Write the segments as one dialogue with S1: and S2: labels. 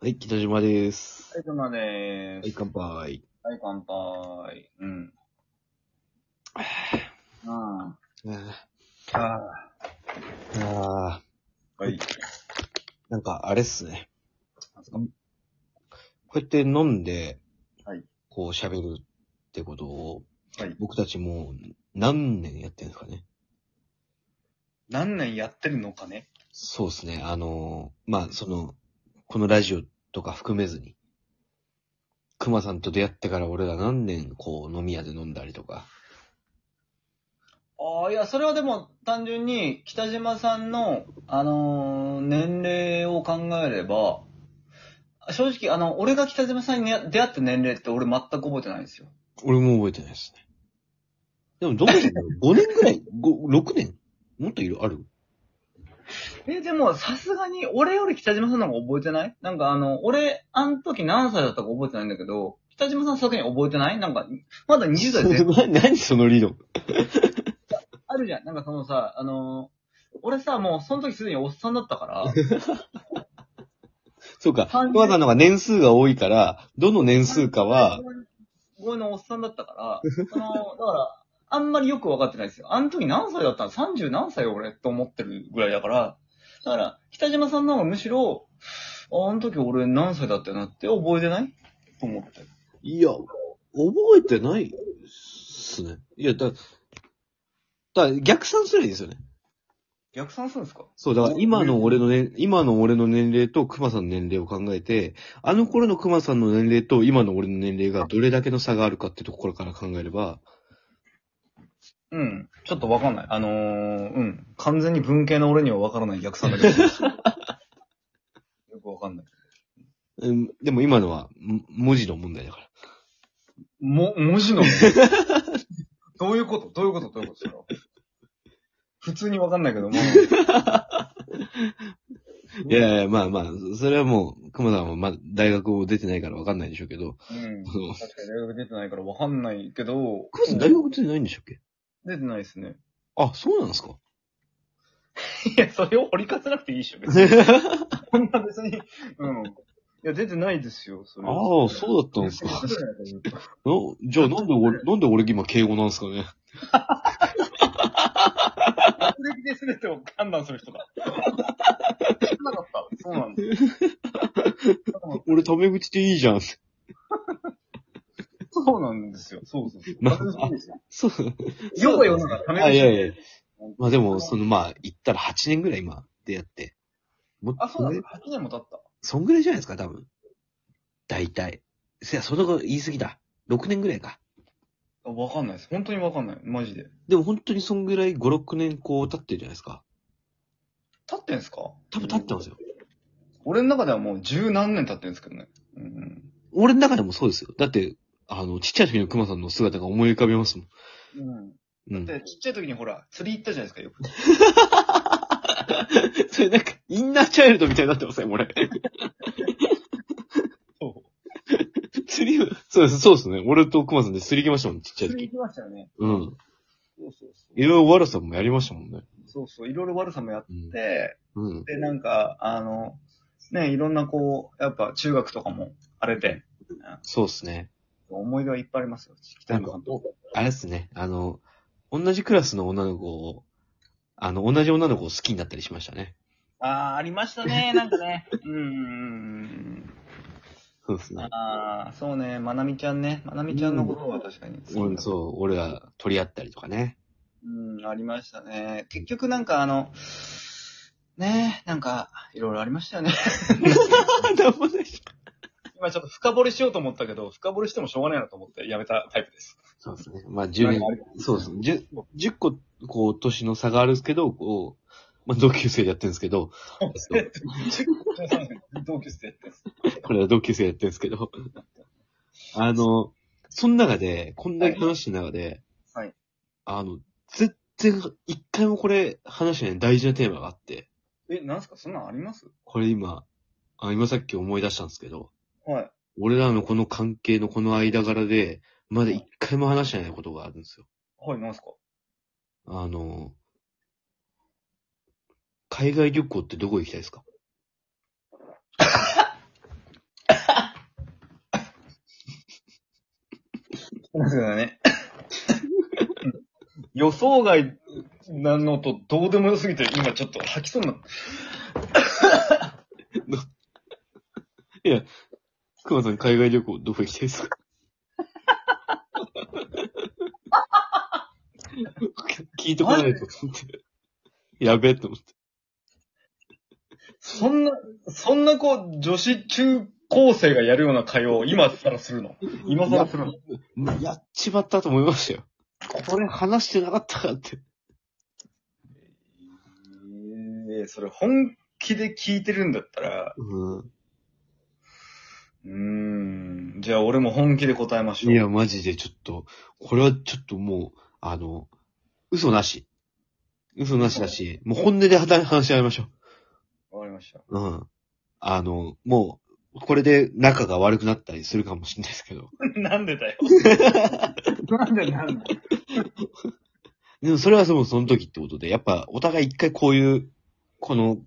S1: はい、北島です。
S2: はい、熊でー
S1: はい、
S2: す。
S1: 乾杯。
S2: はい、乾杯。うん。あ
S1: あ
S2: あ。あ
S1: あ、
S2: あ。はい。
S1: なんかあれっすね。
S2: なんすか
S1: こうやって飲んで、
S2: はい
S1: こう喋るってことを、
S2: はい
S1: 僕たちもう何年やってるんですかね。
S2: 何年やってるのかね
S1: そうですね。あのーまあ、その、このラジオとか含めずに、熊さんと出会ってから俺ら何年こう飲み屋で飲んだりとか。
S2: ああ、いや、それはでも単純に北島さんの、あのー年齢を考えれば、正直、あの、俺が北島さんにね出会った年齢って俺全く覚えてないんですよ。
S1: 俺も覚えてないですね。でもどうなんだろ う ?5 年ぐらい ?5、6年もっといるある
S2: え、でもさすがに俺より北島さんの方が覚えてないなんかあの、俺、あの時何歳だったか覚えてないんだけど、北島さんさすがに覚えてないなんか、まだ20代前半
S1: な 何その理論
S2: あるじゃん。なんかそのさ、あのー俺さ、もうその時すでにおっさんだったから、
S1: そうか。
S2: はい
S1: 熊さんの方が年数が多いから、どの年数かは、
S2: ごのおっさんだったから、その、だから、あんまりよく分かってないですよ。あの時何歳だったの ?30 何歳俺と思ってるぐらいだから、だから、北島さんの方がむしろ、ああの時俺何歳だったよなって覚えてないと思って。
S1: いや、覚えてないっすね。いや、だ、だ逆算すればいいんですよね。
S2: 逆算するんですか
S1: そう、だから今の俺のね、今の俺の年齢と熊さんの年齢を考えて、あの頃の熊さんの年齢と今の俺の年齢がどれだけの差があるかってところから考えれば、
S2: うん。ちょっとわかんない。あのー、うん。完全に文系の俺にはわからない逆算 だけど。よくわかんない。
S1: うん、でも今のは、ん文字の問題だから。
S2: も、文字の。 どういうことどういうことどういうことそれは普通にわかんな いけども。
S1: いやいや、まあまあ、それはもう、熊さんはまだ大学を出てないからわかんないでしょうけど、
S2: うん。
S1: あの
S2: 確かに大学出てないからわかんないけど。
S1: 熊さん大学出てないんでしたっけ
S2: 出てないですね。
S1: あ、そうなんですか
S2: いや、それを掘り返さなくていいでしょ、別に。そんな別に。うん。いや、出てないですよ、それ
S1: ああ、そうだったんですか。のじゃ あなんで 俺、なんで俺今敬語なんですかね。
S2: 学歴で全てを判断する人だ。知らなかった。 そうなんだ。
S1: 俺タメ口でいいじゃん。
S2: そうなんですよ。そうそうそう。
S1: な
S2: 学歴ですよ
S1: そう。
S2: 世が世の中ため
S1: あ、いやいや。
S2: 口
S1: まあでも、そのまあ、言ったら8年ぐらい今、出会って。もっ
S2: あ、そうなん
S1: れ
S2: だ。8年も経った。
S1: そんぐらいじゃないですか、多分。大体。せや、そんなこと言い過ぎだ。6年ぐらいか。
S2: あわかんないです。本当にわかんない。マジで。
S1: でも本当にそんぐらい5、6年こう経ってるじゃないですか。
S2: 経ってんすか
S1: 多分経ってますよ。
S2: 俺の中ではもう十何年経ってんですけどね。うん。
S1: 俺の中でもそうですよ。だって、あの、ちっちゃい時の熊さんの姿が思い浮かびますもん。
S2: うん。
S1: うん。
S2: で、ちっちゃい時にほら、釣り行ったじゃないですか、よく。
S1: それなんか、インナーチャイルドみたいになってません、俺。
S2: そ
S1: 釣りを、そうです、そうですね。俺と熊さんで釣り行きましたもん、ちっちゃい
S2: 釣
S1: 時。
S2: り行きましたよね。
S1: うん。
S2: そうそう
S1: いろいろ悪さもやりましたもんね。
S2: そう。そうそう、いろいろ悪さもやって、
S1: うん。うん。
S2: で、なんか、あの、ね、いろんなこう、やっぱ中学とかも荒れて、
S1: そうですね。
S2: 思い出はいっぱいありますよ。北
S1: なんか
S2: 山さん、と。
S1: おあれですね。あの、同じクラスの女の子を、あの、同じ女の子を好きになったりしましたね。
S2: ああ、ありました ね、なんかね。うんうんうんうん。
S1: そうですね。
S2: ああ、そうね、まなみちゃんね。まなみちゃんのことは確かに。
S1: うん、そう、俺ら取り合ったりとかね。
S2: うん、ありましたね。結局なんかあの、ねえ、なんか、いろいろありましたよね。
S1: なんもない
S2: 今ちょっと深掘りしようと思ったけど、深掘りしてもしょうがないなと思ってやめたタイプです。
S1: そうですね。まあ、10年
S2: なんかある、
S1: そうですね。10, 10個、こう、年の差があるんですけど、こう、まあ、同級生でやってるんですけ ど、
S2: 同級生です。
S1: これは同級生やってるんですけど、 あの、その中で、こんだけ話してる中で、
S2: はい。
S1: あの、全然、一回もこれ話してない大事なテーマがあって、
S2: え、なんすかそんなんあります
S1: これ今、あ今さっき思い出したんですけど、
S2: はい。
S1: 俺らのこの関係のこの間柄で、まだ一回も話してないことがあるんですよ。
S2: はい、なんすか
S1: あの、海外旅行ってどこ行きたいですか
S2: ですよね。 予想外なのとどうでもよすぎて、今ちょっと吐きそうになった。
S1: 熊さん、海外旅行どこ行きたいですか 聞いてこないと思って。やべえと思って。
S2: そんな、そんなこう、女子中高生がやるような会話を今更するの。今更するの。
S1: まやっちまったと思いましたよ。これ話してなかったかって。
S2: えー、それ本気で聞いてるんだったら、
S1: うん。
S2: うーん、じゃあ俺も本気で答えましょう。
S1: いや、マジでちょっと、これはちょっともう、あの、嘘なし。嘘なしだし、もう本音で話し合いましょ
S2: わかりました。
S1: う。うん。あの、もう、これで仲が悪くなったりするかもしれないですけど。
S2: なんでだよ。なんでなんで
S1: でもそれはそのその時ってことで、やっぱお互い一回こういう、この、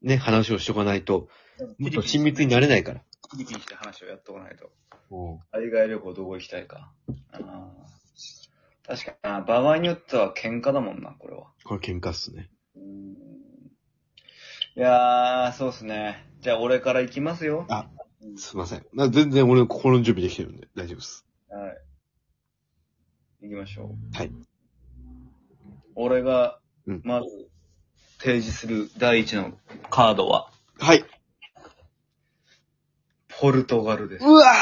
S1: ね、話をしとかないと、もっと親密になれない から。
S2: ピリピリして話をやっておかないと。
S1: うん
S2: 海外旅行どこ行きたいか。あー確かにな、場合によっては喧嘩だもんな、これは。
S1: これ喧嘩っすね。
S2: うーんいやー、そうっすね。じゃあ俺から行きますよ。
S1: あすいません。まあ全然俺の心の準備できてるんで大丈夫です。
S2: はい。行きましょう。
S1: はい。
S2: 俺が
S1: うん、
S2: まず、提示する第一のカードは、
S1: はい。
S2: ポルトガルです。
S1: うわ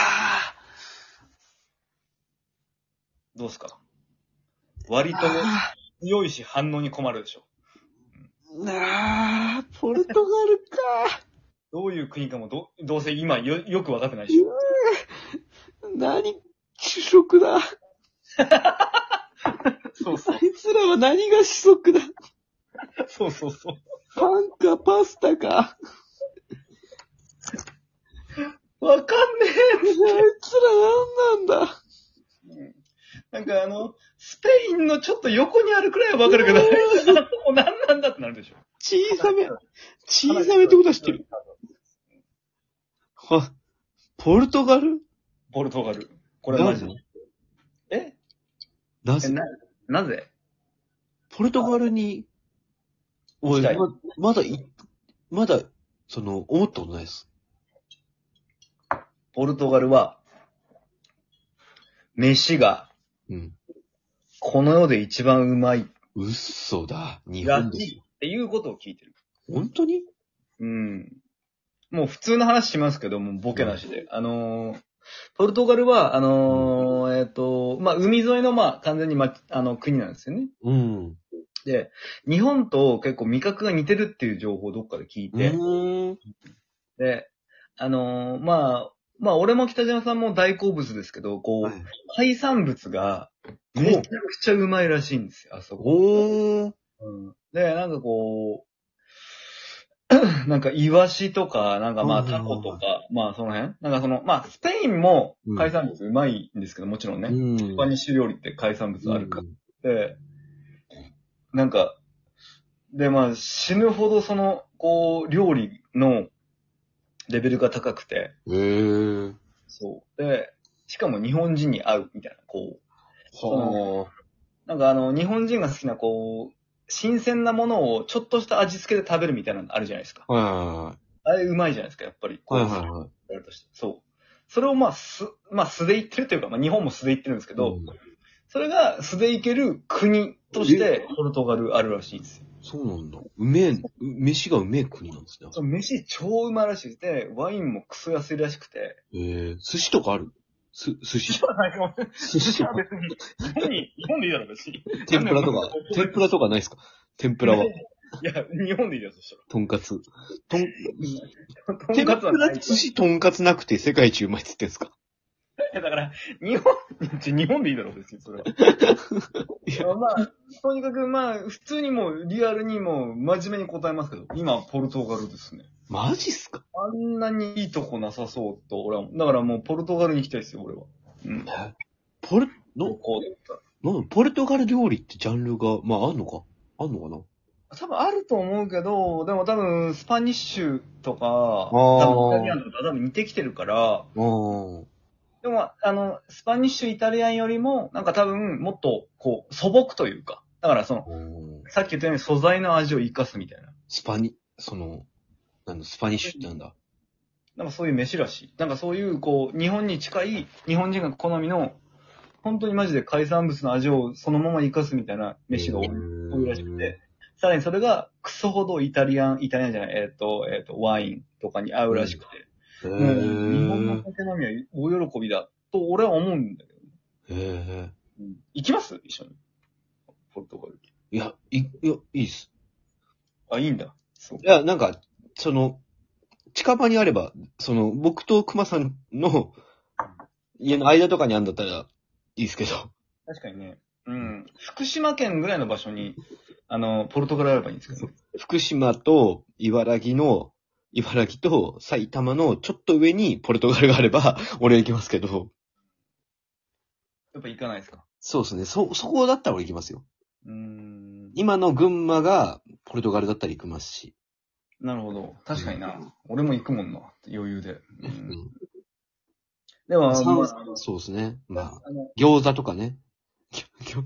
S2: どうっすか割と強いし反応に困るでしょ。
S1: ーなあ、ポルトガルか。
S2: どういう国かもど、どうせ今よ、よくわかってないでしょ。
S1: 何、主食だ。
S2: そうそう。
S1: いつらは何が主食だ。
S2: そうそうそう。
S1: パンかパスタか。
S2: わかん
S1: あ
S2: ね
S1: いつら何なんだ。
S2: えなんかあの、スペインのちょっと横にあるくらいはわかるけど、 もう何なんだってなるでしょ。
S1: 小さめ、小さめってことは知ってる。あ、ポルトガル
S2: ポルトガル。これはマジで。え
S1: な
S2: え
S1: ぜ
S2: な、なぜ
S1: ポルトガルに、俺、
S2: 行きたい
S1: ままだい、まだ、その、思ったことないです。
S2: ポルトガルは、飯が、
S1: うん。
S2: この世で一番うまい。
S1: 嘘だ。日本ですよ。
S2: っていうことを聞いてる。
S1: 本当に
S2: うん。もう普通の話しますけど、もうボケなしで。あのーポルトガルは、あのーえっ、と、まあ、海沿いの、まあ、完全に、ま、あの、国なんですよね。
S1: うん。
S2: で、日本と結構味覚が似てるっていう情報をどっかで聞いうて、
S1: ーん。
S2: で、あのーまあ、まあ、俺も北島さんも大好物ですけど、こう、
S1: はい
S2: 海産物が
S1: お
S2: めちゃくちゃうまいらしいんですよ、あそこ。
S1: おー。
S2: うんで、なんかこう、 なんか、イワシとか、なんかまあ、
S1: うんうんう
S2: タ
S1: ん
S2: コとか、まあ、その辺なんかその、まあ、スペインも海産物うまいんですけど、もちろんね。
S1: ん。
S2: スパニッシュ料理って海産物あるか
S1: う
S2: ら。で、なんか、で、まあ、死ぬほどその、こう、料理のレベルが高くて、
S1: ん。へえ。
S2: そう。で、しかも日本人に合うみたいな、こう、
S1: はあ。
S2: なんかあの、日本人が好きなこう、新鮮なものをちょっとした味付けで食べるみたいなのあるじゃないですか。
S1: は
S2: あれうまいじゃないですか、やっぱり。
S1: いはいはい。はいはいはい。
S2: やるとしてそう。それをまあ、す、まあ素で言ってるというか、まあ日本も素で言ってるんですけど、
S1: うん
S2: それが素でいける国として、ポルトガルあるらしいんですよ。
S1: そうなんだ。うめえ、う飯がうめえ国なんですね。
S2: その飯超うまいらしくて、ワインもクソ安いらしくて。
S1: えー、寿司とかあるす、寿 司。
S2: ないかも。
S1: 寿司とか。
S2: 別に。日本に、日本でいいだろ、別に。
S1: 天ぷらとか、天ぷらとかないですか天ぷらは、
S2: いや、日本でいいだろ、そしたら。
S1: とんかつ。とん、
S2: とん
S1: 天
S2: かつは
S1: ぷ
S2: な
S1: ら
S2: い
S1: 寿司とんかつなくて世界一うまいっつってんすか
S2: い やだから、日本、ち日本でいいだろ、別に、それは。まあ、とにかく、まあ、普通にもう、リアルにもう、真面目に答えますけど、今、ポルトガルですね。
S1: マジっすか
S2: あんなにいいとこなさそうと、俺は。だからもう、ポルトガルに行きたいですよ、俺は。うん。
S1: ポル、
S2: ど
S1: の、
S2: こだった
S1: なんだポルトガル料理ってジャンルが、まああんのかあんのかな
S2: ら多分あると思うけど、でも多分、スパニッシュとか、
S1: ー
S2: 多分、イタリアンとか多分似てきてるから、
S1: ああ。
S2: でも、あの、スパニッシュ、イタリアンよりも、なんか多分、もっと、こう、素朴というか、だからその、
S1: おー
S2: さっき言ったように素材の味を生かすみたいな。
S1: スパニ、その、なんだ、スパニッシュってなんだ。
S2: なんかそういう飯らしい。なんかそういう、こう、日本に近い、日本人が好みの、本当にマジで海産物の味をそのまま生かすみたいな飯が多い。多いらしくて。さらにそれが、クソほどイタリアン、イタリアンじゃない、えっ、と、えっ、と、ワインとかに合うらしくて。
S1: へ
S2: もう、日本の
S1: ー。
S2: 酒飲みは大喜びだと俺は思うんだけど。
S1: へー
S2: うん行きます一緒に。ポルトガル。
S1: いや、い、いや、いいっす。
S2: あ、いいんだ。そう
S1: い。や、なんか、その、近場にあれば、その、僕と熊さんの家の間とかにあんだったら、いいっすけど。
S2: 確かにね。うん。福島県ぐらいの場所に、あの、ポルトガルあればいいんですけどね。
S1: 福島と茨城の、茨城と埼玉のちょっと上にポルトガルがあれば、 俺行きますけど。
S2: やっぱ行かないですか。
S1: そうですね。そ、そこだったら俺行きますよ。
S2: うーん。
S1: 今の群馬がポルトガルだったら行きますし。
S2: なるほど。確かにな。
S1: うん
S2: 俺も行くもんな。余裕で。う、
S1: うんん
S2: でも、
S1: さん
S2: まあ
S1: そうですね。まあ、
S2: あの、
S1: 餃子とかね。 餃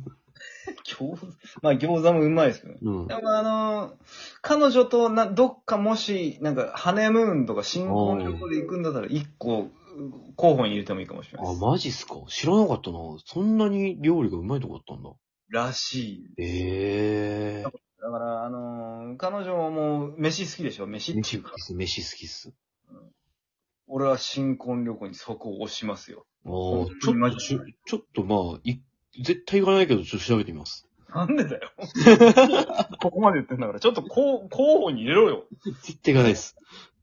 S2: 餃子、まあ餃子もうまいですけどね。
S1: うん
S2: で。もあの、彼女とな、どっかもし、なんか、ハネムーンとか新婚旅行で行くんだったら、一個、候補に入れてもいいかもしれない
S1: あ、
S2: です。
S1: マジっすか知らなかったな。そんなに料理がうまいとこあったんだ。
S2: らしい。
S1: ええ
S2: だから、あのー彼女ももう、飯好きでしょ飯っ
S1: ー。
S2: て
S1: 飯
S2: いう
S1: 好
S2: か
S1: きっ。す、飯好きっす。
S2: 俺は新婚旅行にそこを押しますよ。
S1: あーち
S2: 当に
S1: ょ
S2: マ
S1: っと、
S2: ジ
S1: ちょちょっとまあ、い、絶対行かないけど、ちょっと調べてみます。
S2: なんでだよ。ここまで言ってんだから、ちょっと候候補に入れろよ。
S1: 絶対行かないっす。